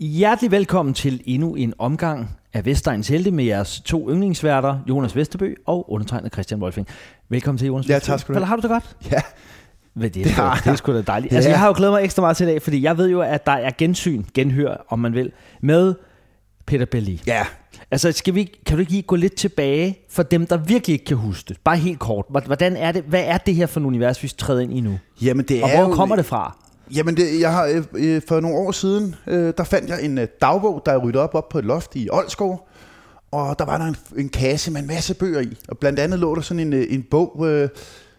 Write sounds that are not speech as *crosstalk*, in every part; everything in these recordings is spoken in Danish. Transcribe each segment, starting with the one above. Hjertelig velkommen til endnu en omgang af Vestegns Helte med jeres to yndlingsværter, Jonas Vesterbø og undertegnet Christian Wolfing. Velkommen til, Jonas Ja, Vesterbø. tak skal du have. Hvordan har du det godt? Ja, Ved det, Det det, er, har sgu- det er sgu da dejligt. Ja. Altså, jeg har jo glædet mig ekstra meget til i dag, fordi jeg ved jo, at der er gensyn, genhør, om man vil, med Peter Belli. ja. Altså, skal vi, ikke- kan du ikke lige gå lidt tilbage for dem, der virkelig ikke kan huske det? Bare helt kort. Hvor- Hvordan er det, hvad er det her for et univers, vi træder ind i nu? Jamen, det Og er hvor jo, kommer det fra? Jamen, det, jeg har, øh, øh, for nogle år siden, øh, der fandt jeg en øh, dagbog, der er ryddet op, op på et loft i Oldskov. Og der var der en, en kasse med en masse bøger i. Og blandt andet lå der sådan en, øh, en bog øh,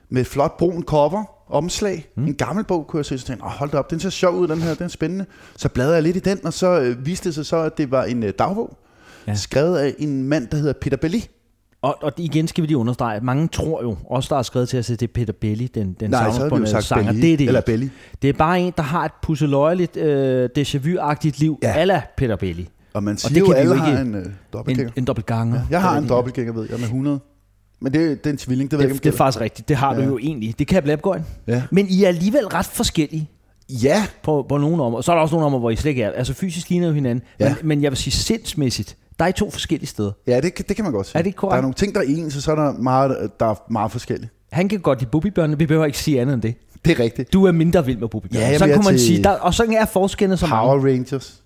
med et flot brun cover, omslag. Mm. En gammel bog, kunne jeg se. Så tænkte, oh, hold da op, den ser sjov ud, den her, den er spændende. Så bladrede jeg lidt i den, og så øh, viste det sig så, at det var en øh, dagbog. Ja. Ja. Skrevet af en mand, der hedder Peter Belli. Og, og igen skal vi lige understrege, at mange tror jo, også der har skrevet til os, at det er Peter Belli, den, den Nej, så havde vi jo savnsbundne sagt sanger. Belli, det er det eller ikke. Belli. Det er bare en, der har et pusseløjeligt, øh, déjà vu-agtigt liv, ja. Ja. ala Peter Belli. Og man det siger og jo, kan vi jo alle har ikke- en øh, En, dobbeltgænger. en dobbeltganger. Jeg har Eller en det- dobbeltgænger, ved jeg, med 100. Men det, det er en tvilling, det ved jeg ikke, om Det, det er faktisk rigtigt. Det har ja. Ja. du jo egentlig. Det kan Blabgøjen. Ja. Men I er alligevel ret forskellige Ja, på, på nogle områder. Så er der også nogle områder, hvor I slet ikke er. Altså fysisk ligner jo hinanden. Ja. Men, men jeg vil sige sindsmæssigt, der er I to forskellige steder. ja det, kan- det kan man godt sige. Er det ikke korrekt? Der er nogle ting, der er ens, og så er der, meget, der er meget forskellige. Han kan godt lide bubibørnene. Vi behøver ikke sige andet end det. Det er rigtigt. Du er mindre vild med bubibørnene. Ja, jeg så bliver kunne man til sige, der, og sådan er forskellene så mange. Power Rangers.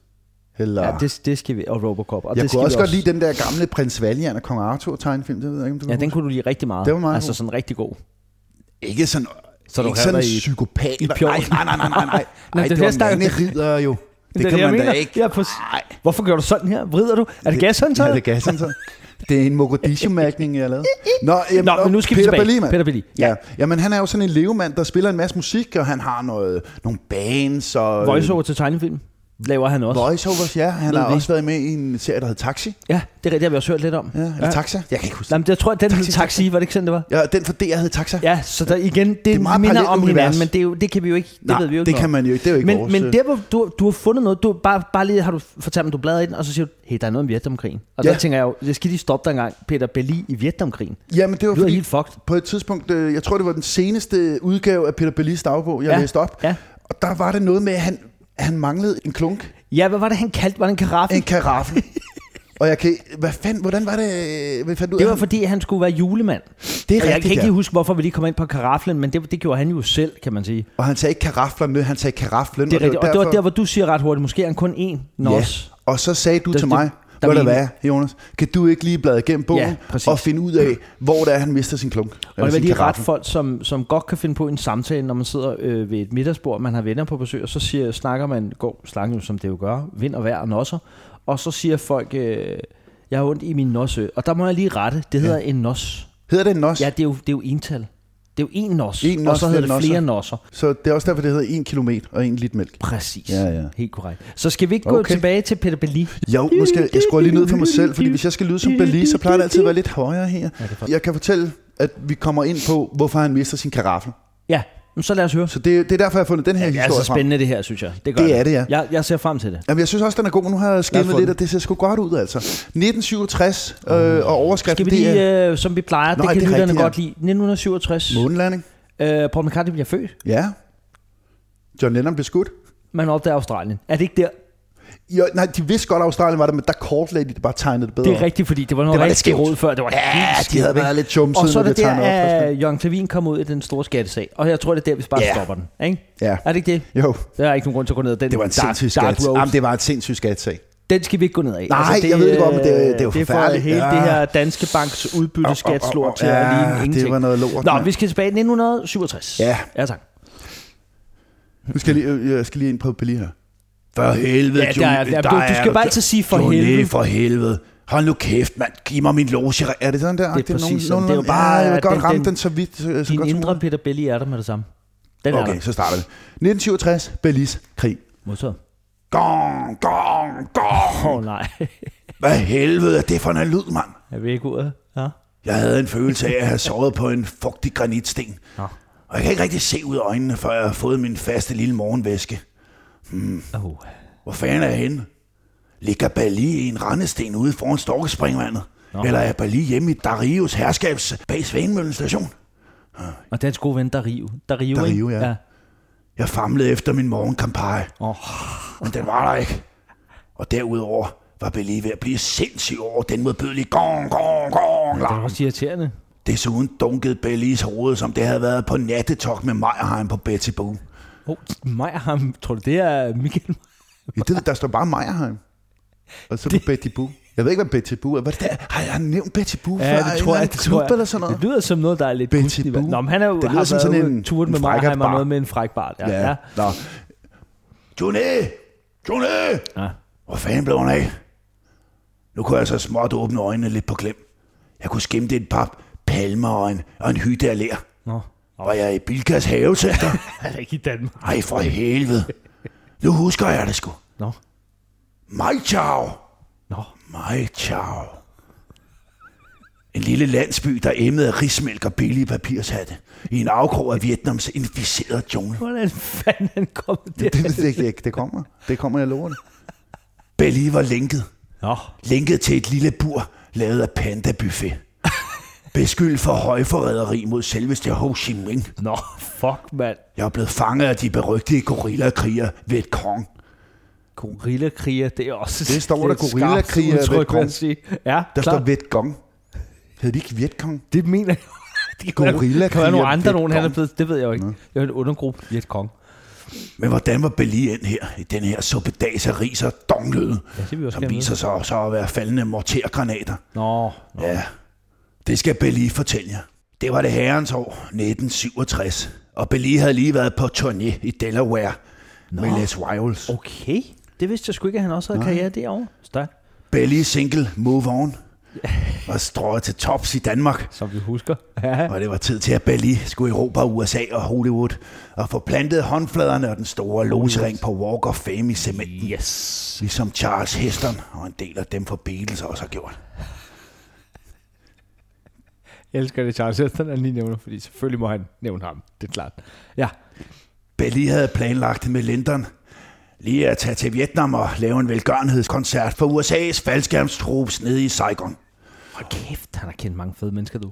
Eller... Ja, det, det skal vi, og Robocop. Og Ah. jeg det skal kunne vi også godt lide den der gamle Prins Valiant og Kong Arthur tegnefilm, det ved jeg ikke, om du Ja, kan den huske. kunne du lide rigtig meget. Det var meget Altså god. sådan rigtig god. Ikke sådan, Så så du ikke havde sådan dig i- en psykopat. i pjort. nej, nej, nej, nej, nej, nej. *laughs* Nå, Ej, det det, her det var snakker- *laughs* manderider jo. Det, er kan jeg man da mener. ikke. Ja, præcis. Hvorfor gør du sådan her? Vrider du? Er det, Ja, gashåndtaget? det er gashåndtaget. *laughs* Det er en Mogadishu-mærkning, jeg har lavet. Nå, jamen, Nå, men nu skal vi Peter tilbage. Berlin, mand. Peter Belli, ja. Ja. Jamen, han er jo sådan en levemand, der spiller en masse musik, og han har noget, nogle bands og... Voiceover til tegnefilm laver han også. Voiceovers, ja. Han Ved har vi. også været med i en serie, der hedder Taxi. Ja, det, er rigtigt, det har vi også hørt lidt om. Ja, eller ja. Taxa. Jeg kan ikke huske. Nej, men jeg tror, at den hed Taxi, Taxi, var det ikke sådan, det var? Ja, den for DR hed Taxa. Ja, så der, igen, det, er det meget minder om parallelt hinanden, univers. men det, er jo, det kan vi jo ikke, det Nej, ved vi jo ikke det kan noget om. man jo ikke. Det er jo ikke Men, vores... men øh, der, hvor du, du har fundet noget, du, bare, bare lige har du fortalt mig, du bladrer i den, og så siger du, hey, der er noget om Vietnamkrigen. Og ja. Ja. der tænker jeg jo, det skal de stoppe der engang, Peter Belli i Vietnamkrigen. Jamen, det var Du er fordi, helt fucked. på et tidspunkt, øh, jeg tror, det var den seneste udgave af Peter Bellis dagbog, jeg Ja, læste op. ja. Og der var det noget med, at han, han manglede en klunk. Ja, hvad var det, han kaldte? Var det en karaffe? En karaffel. og jeg kan... Hvad fanden... Hvordan var det... Hvad fandt du *laughs* ud Det af var ham? fordi, han skulle være julemand. Det Og jeg er kan rigtigt, ikke ja. lige huske, hvorfor vi lige kom ind på karaflen, men det, det gjorde han jo selv, kan man sige. Og han sagde ikke karaflerne, han sagde karaflen. Det er rigtigt. Og det var der, derfor- hvor du siger ret hurtigt, måske er han kun én nos. Ja. Og så sagde du Det- det, det- til mig, der hvor der mener- hvad, Jonas, kan du ikke lige bladre igennem bogen Ja, præcis. og finde ud af, hvor der er, han mister sin klunk? Og det var lige ret folk, som, som godt kan finde på en samtale, når man sidder øh, ved et middagsbord, man har venner på besøg, og så siger, snakker man, går slangen, som det jo gør, vind og vejr og nosser, og så siger folk, øh, jeg har ondt i min nosse, og der må jeg lige rette, det hedder ja. en nos. Hedder det en nos? Ja, det er jo, det er jo ental. Det er jo en nos, En og nos, så hedder det flere flere nosser. Så det er også derfor, det hedder en kilometer og en liter mælk. Præcis. Ja, ja. Helt korrekt. Så skal vi ikke gå Okay. tilbage til Peter Belli? Jo, nu skal jeg, jeg skruer lige ned for mig selv, fordi hvis jeg skal lyde som Bali, så plejer det altid at være lidt højere her. Jeg kan fortælle, at vi kommer ind på, hvorfor han mister sin karaffel. Ja, men så lad os høre. Så det, det er derfor, jeg har fundet den her Det er historie så frem. spændende det her, synes jeg. Det, gør Det er det, ja. Jeg, jeg ser frem til det. Jamen, jeg synes også, den er god. Nu har jeg Lad os skimmet få lidt, den. og det ser sgu godt ud, altså. 1967 øh, og Skal overskriften, vi det er lige, øh, som vi plejer, Nå, det ja, kan det er lytterne rigtigt, ja. godt lide. 1967, månelanding. øh, Paul McCartney bliver født. Ja. John Lennon blev skudt. Man opdager Australien. Er det ikke der? Jo, nej, de vidste godt, at Australien var der, men der kortlagde de det bare tegnede det bedre. Det er rigtigt, fordi det var noget Det var lidt rigtig skævt. råd før. Det var Ja, helt de havde skævt, været ikke? lidt chumsede, Og så er når det det der, tegnede op første at Jørgen Klavin kom ud i den store skattesag. Og jeg tror, det er der, vi bare Ja. stopper den. Ikke? Ja. Er det ikke det? Jo, Der er ikke nogen grund til at gå ned ad den det var en dark, sindssyg dark skat. road. Jamen, det var en sindssyg skatsag. Den skal vi ikke gå ned af. Altså, Nej, jeg ved det godt, men det er- det er jo det er for forfærdeligt. hele Ja. det her Danske Banks Au, au, udbytteskatslort au, au. til at Ja, ligne det ingenting. var noget lort, Nå, mand. vi skal tilbage til 1967. Ja. Ja, tak. Nu skal jeg lige, øh, jeg skal lige ind på Billy her. For helvede, Ja, der er- Johnny, der- du- du skal bare altid sige for Johnny, helvede. for helvede. Hold nu kæft, mand. Giv mig min loge. Er det sådan der? Det er præcis sådan. Nogen, Det er jo bare, ja, jeg vil at godt den- ramme den- øh, den, så vidt. Så, så godt som Din indre muligt. Peter Belli er der med det samme. Den er Okay, der. så starter vi. 1967, Belis krig. Modtaget. Gong, gong, gong. Åh oh, nej, *laughs* Hvad helvede er det for en lyd, mand? er vi ikke ude? Ja. Jeg havde en følelse af at have sovet på en fugtig granitsten. Nå. Og jeg kan ikke rigtig se ud af øjnene, før jeg har fået min faste lille morgenvæske. Oh. Hvor fanden er jeg henne? Ligger Bali i en rendesten ude foran Storkespringvandet? Nå. Nå. Eller er Bali hjemme i Darius herskabs bag Svanemøllen station? Og dansk god ven, Dario. Dario, Dario, ikke? ja. Jeg famlede efter min morgenkampage, Åh, men den var der ikke. Og derudover var Belé ved at blive sindssyg over den modbydelige gong, gong, gong, Det er larm. også irriterende. Desuden dunkede Bellis hoved, som det havde været på nattetog med Meyerheim på Betty Boo. Oh, Meyerheim, tror du det er Michael Ja, det, der står bare Meyerheim. Og så det... Betty Boo. Jeg ved ikke, hvad Betty Boo er. Hvad er det der? Har jeg nævnt Betty Boo før? En eller anden klub eller sådan noget? Det lyder som noget, der er lidt Betty kunstigt. hva'? Boo. Nå, men han er jo, Det lyder har som været sådan ude en- turet en med frækkert Meyerheim og bar. noget med en fræk bart. Ja, ja. Ja. ja. Nå. Johnny! Johnny! ja. Hvor fanden blev hun af? Nu kunne jeg så småt åbne øjnene lidt på klem. Jeg kunne skimte et par palmer og en, og en hytte af lær. Nå. Var jeg i Bilkas *laughs* havecenter? Han er ikke i Danmark. Ej, for helvede. Nu husker jeg det sgu. Nå. Mai Chao! Nå. Mai Chao. En lille landsby, der emmede af rismælk og billige papirshatte i en afkrog af Vietnams inficerede jungle. Hvordan fanden han kom der? *laughs* Det, det, det, det kommer. Det kommer, jeg lover det. Belly var lænket. Nå. Lænket til et lille bur, lavet af pandabuffet. Beskyldt for højforræderi mod selveste Ho Chi Minh. Nå, fuck, mand. Jeg er blevet fanget af de berygtede gorillakriger ved et kong. Gorillakriger, det er også Det står der, lidt skarpt gorillakriger ved udtryk, vil Kong. jeg sige. Ja, Der klart. står Vietgong. Hed de ikke Vietgong? Det mener jeg. Det kan være- Gorillakriger kan være nogle andre, ved nogen han er Kong. blevet. Det ved jeg jo ikke. Jeg er en undergruppe i et kong. Men hvordan var Belli ind her, i den her suppedags af ris og dongløde, det vil vi ja, også som gerne viser sig så at være faldende mortergranater? Nå, Ja, det skal Belli fortælle jer. Det var det herrens år, 1967, og Belli havde lige været på turné i Delaware Nå. med Les Wiles. okay. Det vidste jeg sgu ikke, at han også havde karriere derovre. Stærkt. Belly single Move On var strået til tops i Danmark, Som vi husker. Ja. og det var tid til, at Belly skulle erobre USA og Hollywood og få plantet håndfladerne og den store losering på Walk of Fame i cementen, Yes. ligesom Charles Heston og en del af dem fra Beatles også har gjort. *laughs* Jeg elsker det, Charles Heston, han lige nævner, fordi selvfølgelig må han nævne ham. Det er klart. Ja. Belly havde planlagt med Lyndon lige at tage til Vietnam og lave en velgørenhedskoncert for USA's faldskærmstrups nede i Saigon. Hold kæft, han har kendt mange fede mennesker, du.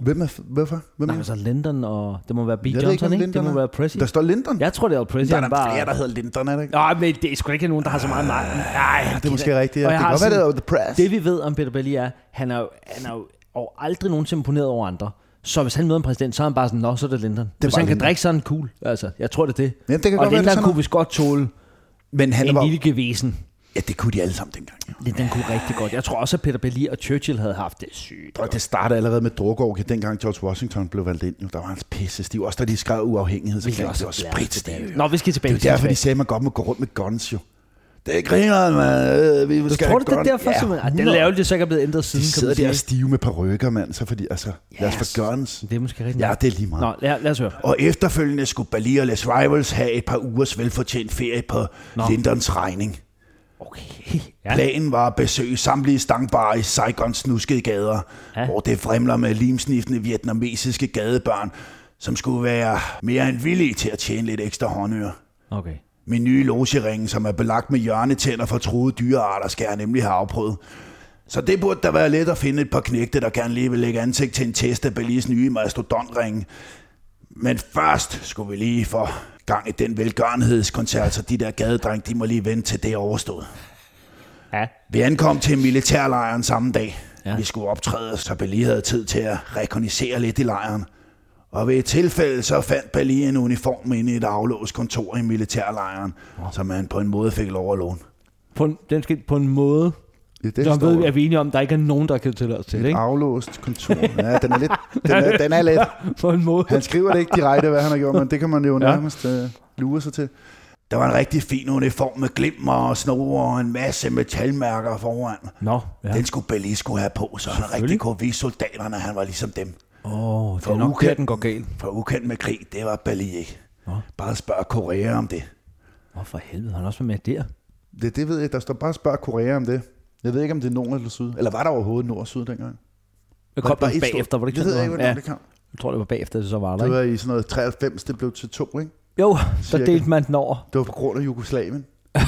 Hvem er, hvorfor? Hvem Nej, altså Lyndon og... Det må være Bill Jeg ved ikke, Johnson, hvem ikke? Det Lyndon må er. være Pressy. står Lyndon. Jeg tror, det er Pressy. der er han der bare... flere, der hedder Lyndon, er der ikke? Nej, men det er sgu da ikke nogen, der har så meget magt. Nej, det er måske rigtigt. Ja. Og Det jeg kan har godt være, det sådan- er The Press. Det vi ved om Peter Belli er, han er jo, han er jo og aldrig nogensinde imponeret over andre. Så hvis han møder en præsident, så er han bare sådan, nå, så er det Lyndon. Det bare hvis han kan Lyndon. drikke sådan cool, altså, jeg tror det er det. Ja, det kan godt og være, det er Lyndon sådan kunne vist godt tåle Men han en var... lille gevesen. Ja, det kunne de alle sammen dengang. jo. Lyndon kunne rigtig godt. Jeg tror også, at Peter Belli og Churchill havde haft det sygt. Og det startede allerede med Drukård, dengang George Washington blev valgt ind. Jo, der var hans pisse stiv. Også da de skrev uafhængighedserklæring, det var spritstiv. jo. Nå, vi skal tilbage. Det er jo derfor, de sagde, at man godt må gå rundt med guns, jo. Det er griner, man. Øh, Vi du skal tror have du, det er gun. derfor, ja, ja, ja, den 100. lavede det sikkert blevet ændret siden, De sidder kan der man og sige. stive med parrykker, mand. Så fordi, altså, lad os få guns. Det er måske rigtigt. Ja, det er lige meget. Nå, lad, lad os høre. Og efterfølgende skulle Bali og Les Rivals have et par ugers velfortjent ferie på Nå. Lindons regning. Okay. Ja. Planen var at besøge samtlige stangbarer i Saigons snuskede gader, Ja. ja. hvor det fremler med limsniftende vietnamesiske gadebørn, som skulle være mere end villige til at tjene lidt ekstra håndører. Okay. Min nye logering, som er belagt med hjørnetænder fra truede dyrearter, skal jeg nemlig have afprøvet. Så det burde da være let at finde et par knægte, der gerne lige vil lægge ansigt til en test af Belis nye mastodontringe. Men først skulle vi lige få gang i den velgørenhedskoncert, så de der gadedreng, de må lige vente til det er overstået. Ja. Vi ankom til militærlejren samme dag. Ja. Ja. Vi skulle optræde, så Bali havde tid til at rekognisere lidt i lejren. Og ved et tilfælde så fandt Bali en uniform inde i et aflåst kontor i militærlejren, oh. som han på en måde fik lov at låne. På en, den skal på en måde, Ja, det som ved, er vi enige om, der ikke er nogen, der har givet tilladelse til det, ikke? aflåst kontor. Ja, den er lidt... *laughs* Den er, den er lidt. På en måde. skriver det ikke direkte, hvad han har gjort, men det kan man jo Ja. nærmest, øh, lure sig til. Der var en rigtig fin uniform med glimmer og snore og en masse metalmærker foran. Nå, ja. Ja. Den skulle Belli skulle have på, så han rigtig kunne vise soldaterne, at han var ligesom dem. Åh, oh, det For er nok der, ukendt. den går galt. For ukendt med krig, det var Bali ikke. Nå. Bare spørg Korea om det. Åh, for helvede, har han også været med der? Det, det ved jeg, der står bare spørg Korea om det. Jeg ved ikke, om det er nord eller syd. Eller var der overhovedet nord og syd dengang? Det kom bare bagefter, var det ikke Det ved jeg ikke, noget? hvordan ja. det kom. jeg tror, det var bagefter, det så var der, Det ikke? var i sådan noget 93, det blev til to, ikke? Jo, så Cirka. delte man den over. Det var på grund af Jugoslavien.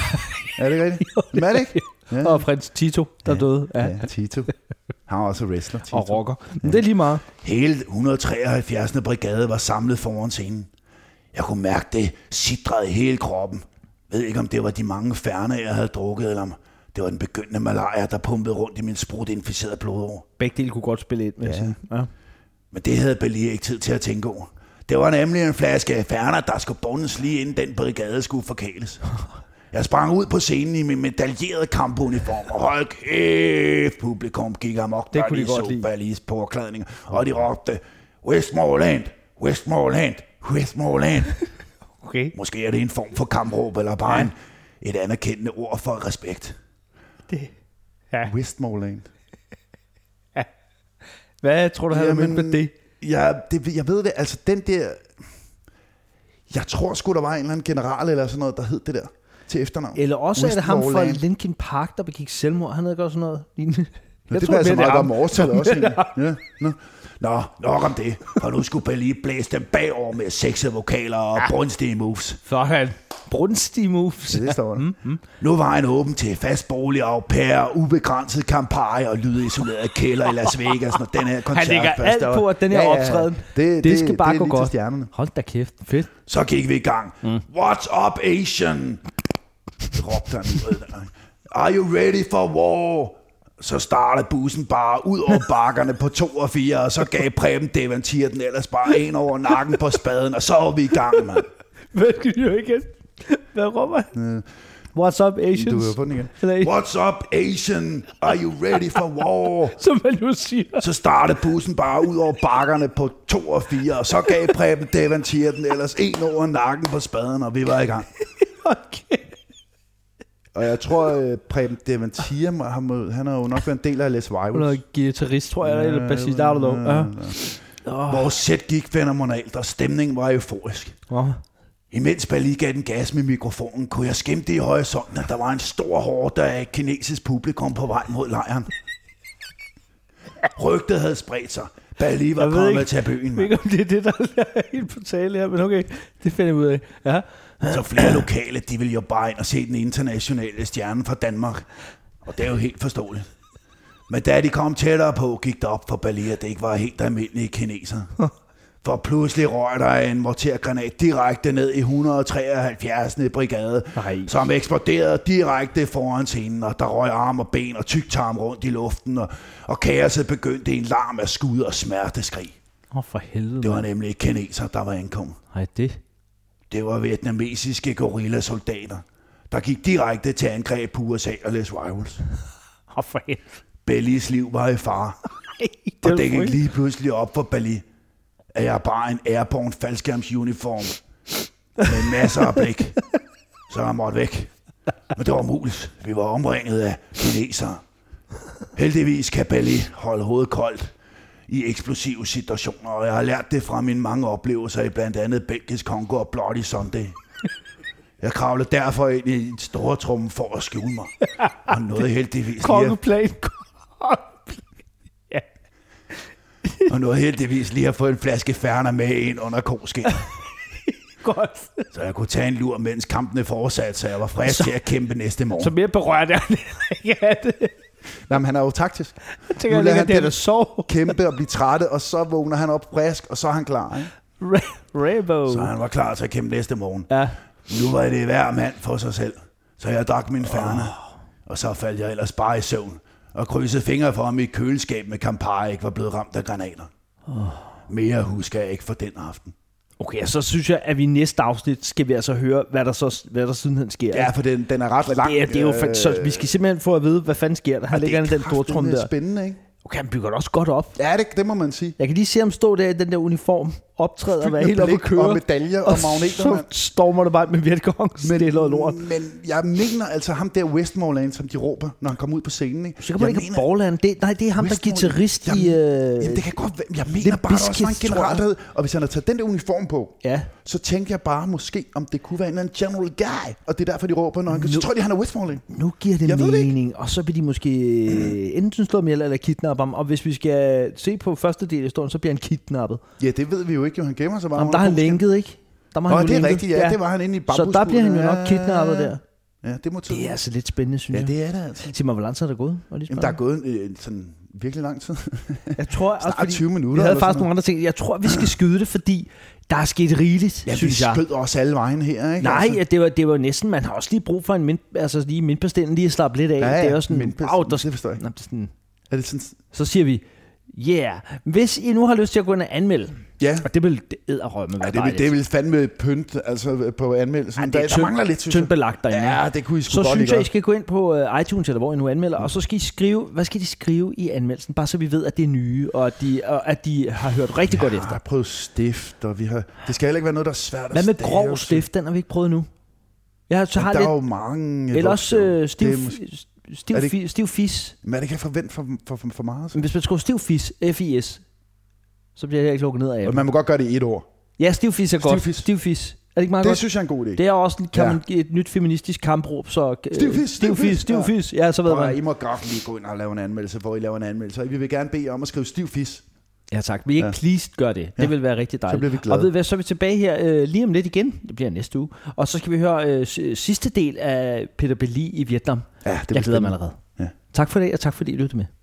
*laughs* er det ikke rigtigt? Men er det ikke? Ja. Og prins Tito, der Ja. døde. Ja. Ja, Tito. Han var også wrestler, Tito. Og rocker. Men det er lige meget. Hele 173. brigade var samlet foran scenen. Jeg kunne mærke det sidrede i hele kroppen. Ved ikke, om det var de mange færner, jeg havde drukket, eller om det var den begyndende malaria, der pumpede rundt i min sprutinficerede blodår. Begge dele kunne godt spille ind, vil ja. jeg sige. Ja. Men det havde Bellier ikke tid til at tænke over. Det var nemlig en flaske færner, der skulle bundes lige inden den brigade skulle forkæles. Jeg sprang ud på scenen i min medaljerede kampuniform, og hold kæft, publikum gik amok, Det der kunne de godt lide. så Ballis påklædning, og de råbte, Westmoreland, Westmoreland, Westmoreland. Okay. Måske er det en form for kampråb, eller bare en, et anerkendende ord for respekt. Det. Ja. Westmoreland. Hvad tror du, han havde med det? Ja, det, jeg ved det, altså den der... Jeg tror sgu, der var en eller anden general eller sådan noget, der hed det der til efternavn. Eller også er det ham fra Westmoreland. Linkin Park, der begik selvmord. Han havde gjort sådan noget lignende. Nå, det passer mere, meget ham. om *laughs* årstallet også. egentlig. Ja, nå. nå, nok om det. For nu skulle jeg lige blæse dem bagover med sexede vokaler og Ah. brunstige moves. Sådan. Brunstige moves. Det står der. Mm. Mm-hmm. Nu var han åben til fast bolig og au pair, ubegrænset kampagne og lydisoleret kælder i Las Vegas, når den her koncert lægger først alt er- på, at den her optræden, det skal bare det er gå lige til godt. Stjernerne. Hold da kæft. Fedt. *laughs* Så gik vi i gang. Mm. What's up, Asian? råbte han ud. af den. Are you ready for war? Så startede bussen bare ud over bakkerne på 2 og 4, og så gav Preben Devantier den ellers bare en over nakken på spaden, og så var vi i gang, mand. Hvad skal de høre igen? Hvad råber han? What's up, Asians? Øh. Du er på den igen. Eller- What's up, Asian? Are you ready for war? Som man nu siger. *laughs* Så startede bussen bare ud over bakkerne på 2 og 4, og så gav Preben Devantier den ellers en over nakken på spaden, og vi var i gang. Okay. Og jeg tror, øh, Preben Devantier, må- har må- han har jo nok været en del af Les Hun Virus. er guitarist, tror jeg, eller bassist. Der er du dog. Øh. Ja. Vores sæt gik fenomenalt, og stemningen var euforisk. Nå. Imens Bali gav den gas med mikrofonen, kunne jeg skimte i horisonten, at der var en stor horde af kinesisk publikum på vej mod lejren. Rygtet havde spredt sig. Bali var Jeg ved kommet ikke- til Jeg byen, ved mand. ikke, om det er det, der er *laughs* helt på tale her, men okay, det finder vi ud af. Ja. Så flere lokale, de ville jo bare ind og se den internationale stjerne fra Danmark. Og det er jo helt forståeligt. Men da de kom tættere på, gik det op for Bali, at det ikke var helt almindelige kinesere. For pludselig røg der en mortergranat direkte ned i 173. brigade, Nej. som eksploderede direkte foran scenen, og der røg arm og ben og tyktarm rundt i luften, og, og kaoset begyndte i en larm af skud og smerteskrig. Åh, oh, for helvede. Det mand. var nemlig kineser, der var ankommet. Nej, det. Det var vietnamesiske gorillasoldater, der gik direkte til angreb på USA og Les Rivals. Åh, oh, for helvede. Bellis liv var i fare, Ej, og var det gik frygteligt. lige pludselig op for Belli, at jeg bare er en airborne faldskærmsuniform med masser af blik, så jeg måtte væk. Men det var umuligt. Vi var omringet af kinesere. Heldigvis kan Belli holde hovedet koldt i eksplosive situationer, og jeg har lært det fra mine mange oplevelser i blandt andet Belgisk Kongo og Bloody Sunday. Jeg kravlede derfor ind i en store trumme for at skjule mig, og nåede heldigvis lige at *laughs* Kongeplan. Og nu har heldigvis lige har fået en flaske færner med ind under *laughs* kosken, Godt. så jeg kunne tage en lur, mens kampene fortsat, så jeg var frisk til at kæmpe næste morgen. Så mere berørt er han *laughs* ikke af det. Jamen, han er jo taktisk. Jeg tænker, Nu jeg lader ligger han der, den- der sov. Kæmpe og blive trætte, og så vågner han op frisk, og så er han klar. Ikke? Rainbow. Så han var klar til at kæmpe næste morgen. Ja. Nu var det hver mand for sig selv, så jeg drak min færner, og så faldt jeg ellers bare i søvn, og krydsede fingre for, at mit køleskab med Campari ikke var blevet ramt af granater. Mere husker jeg ikke for den aften. Okay, og så synes jeg, at vi i næste afsnit skal vi altså høre, hvad der, så, hvad der sidenhen sker. Altså, Ja, for den, den er ret lang. øh, det er, det er jo fa- så vi skal simpelthen få at vide, hvad fanden sker der. Han ligger inde i den store trum der. spændende, ikke? Okay, han bygger det også godt op. Ja, det, det må man sige. Jeg kan lige se ham stå der i den der uniform, optræde og være helt oppe at køre. Og medaljer og, og magneter, så mand. stormer der bare med Vietcong. Men, det er noget lort. Men jeg mener altså ham der Westmoreland, som de råber, når han kommer ud på scenen. Ikke? Så kan man Jeg ikke have Borland. Det, nej, det er ham, der er Westmoreland- guitarist i... Jamen, Øh, Jamen, det kan godt være. Jeg mener Limp bare, der også var en Bizkit, tror jeg. general, der hed, og hvis han havde taget den der uniform på, Ja. så tænkte jeg bare måske, om det kunne være en eller anden general guy. Og det er derfor, de råber, når han kan. Så tror de, han er Westmoreland. nu giver det Jeg ved det ikke. mening, og så bliver de måske øh, enten slå ham ihjel eller kidnappe ham. Og hvis vi skal se på første del af historien, så bliver han kidnappet. Ja, det ved vi jo ikke. Jo. Han gemmer sig bare. Jamen, der er han lænket, ikke? Der var Nå, jo det er lænket. rigtigt. Ja, det var han inde i Så der bambusburet. bliver han jo Ja. nok kidnappet der. Ja, det må tiden. Det er altså lidt spændende, synes Ja, jeg. det er det altså. Sig mig, hvor lang tid er der gået? Var det lige Jamen, der er spørge? gået en, øh, sådan virkelig lang tid. Jeg tror, også, Snart fordi 20 minutter Vi havde eller faktisk sådan nogle andre ting. Jeg tror, vi skal skyde det, fordi der er sket rigeligt, Ja, vi synes jeg. skød også alle vejen her, ikke? Nej, Altså, ja, det var, det var næsten, man har også lige brug for en mind, altså lige mindpastillen lige at slappe lidt af. Ja, ja, det er også sådan, mindpastillen, wow, der, det forstår jeg ikke. Nå, det er sådan, er det sådan... så siger vi, yeah, hvis I nu har lyst til at gå ind og anmelde, Ja, og det vil æderrømme være ja det, vil, det vil fandme pynt altså, på anmeldelsen. Ej, Ja, det der, er der tynd- mangler lidt, synes tyndt jeg. belagt derinde. Ja, det kunne I sgu så godt synes lige jeg, I gøre. skal gå ind på øh, iTunes, eller hvor I nu anmelder, og så skal I skrive, hvad skal de skrive i anmeldelsen, bare så vi ved, at det er nye, og at de, og at de har hørt rigtig ja. godt Jeg efter. har prøvet stift, og vi har... Det skal heller ikke være noget, der er svært Hvad at med stave grov til. stift, den har vi ikke prøvet nu. Jeg har, så Men har der er lidt, jo mange... eller også vokser. øh, stiv, Det er måske- stiv, Er det fi- stiv fis. Men er det kan forvente for, for, for, for meget? Så? Hvis man skriver stiv fis, F-I-S, så bliver jeg ikke lukket ned af Og appen. man må godt gøre det i et ord. Ja, stiv fis er Stiv godt. fis. Stiv fis. Er det ikke meget Det godt? synes jeg er en god idé. Det er også kan Ja. man, give et nyt feministisk kampråb, så... øh, Stiv fis, stiv stiv fis, fis, stiv ja. fis. Ja, så ved Prøv at- man. I må godt lige gå ind og lave en anmeldelse, hvor I laver en anmeldelse. Og vi vil gerne bede jer om at skrive stiv fis. Ja tak, vi er ikke Ja. pleased gør det. Det Ja. vil være rigtig dejligt. bliver vi glade. Og ved I hvad, så er vi tilbage her øh, lige om lidt igen. Det bliver næste uge. Og så skal vi høre øh, si- sidste del af Peter Belli i Vietnam. Ja, det Jeg bliver glæder mig spændende. allerede. Ja. Tak for det, og tak fordi I lyttede med.